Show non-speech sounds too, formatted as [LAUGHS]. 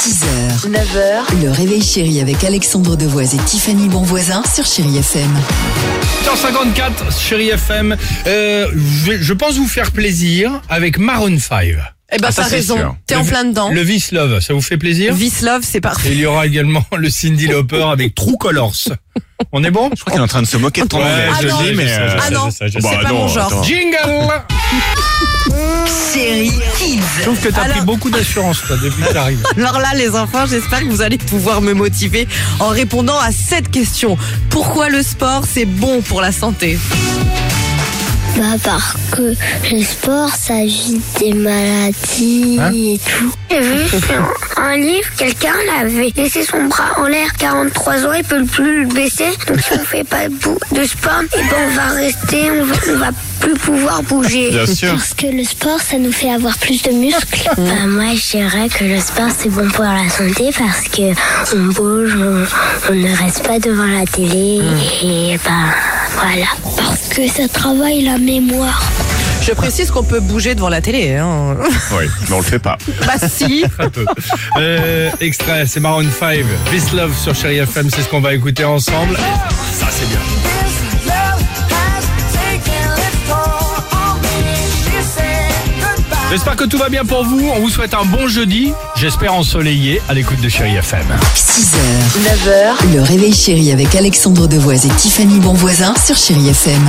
6h, 9h, le réveil chéri avec Alexandre Devoise et Tiffany Bonvoisin sur Chéri FM. 8h54, chérie FM. Euh, je, je pense vous faire plaisir avec Maroon 5. Eh ben, Ah, ça, t'as c'est raison. sûr. T'es en plein dedans. Le Vice Love, ça vous fait plaisir Vice Love, c'est Et parfait. il y aura également [LAUGHS] le Cindy Lauper avec True Colors. On est bon Je crois qu'il est en train de se moquer de ton anglais. je non. dis, mais euh, Ah non, je sais, je c'est sais. Bah pas non, mon genre. attends. Jingle Chéri Kids. Je trouve que t'as Alors- pris beaucoup d'assurance, toi, depuis que t'arrives. Alors là, les enfants, j'espère que vous allez pouvoir me motiver en répondant à cette question. Pourquoi le sport, c'est bon pour la santé Bah parce que le sport ça évite des maladies Hein et tout. J'ai vu sur un livre, quelqu'un l'avait laissé son bras en l'air 43 ans, il peut plus le baisser. Donc si on fait pas bou- de sport, et ben on va rester, on va, on va plus pouvoir bouger. Bien sûr. Parce que le sport, ça nous fait avoir plus de muscles. Bah, moi, je dirais que le sport, c'est bon pour la santé parce que on bouge, on, on ne reste pas devant la télé. Hmm. Et bah, voilà. Parce que ça travaille la mémoire. Je précise qu'on peut bouger devant la télé. Hein. [LAUGHS] Oui, mais on le fait pas. Bah si Un peu. Euh, extrait, c'est Maroon 5. This Love sur Chérie FM, c'est ce qu'on va écouter ensemble. Ça, c'est bien. This love has taken its toll on me. She said goodbye. J'espère que tout va bien pour vous. On vous souhaite un bon jeudi. J'espère ensoleillé à l'écoute de Chérie FM. 6h, 9h, le réveil chéri avec Alexandre Devoise et Tiffany Bonvoisin sur Chéri FM.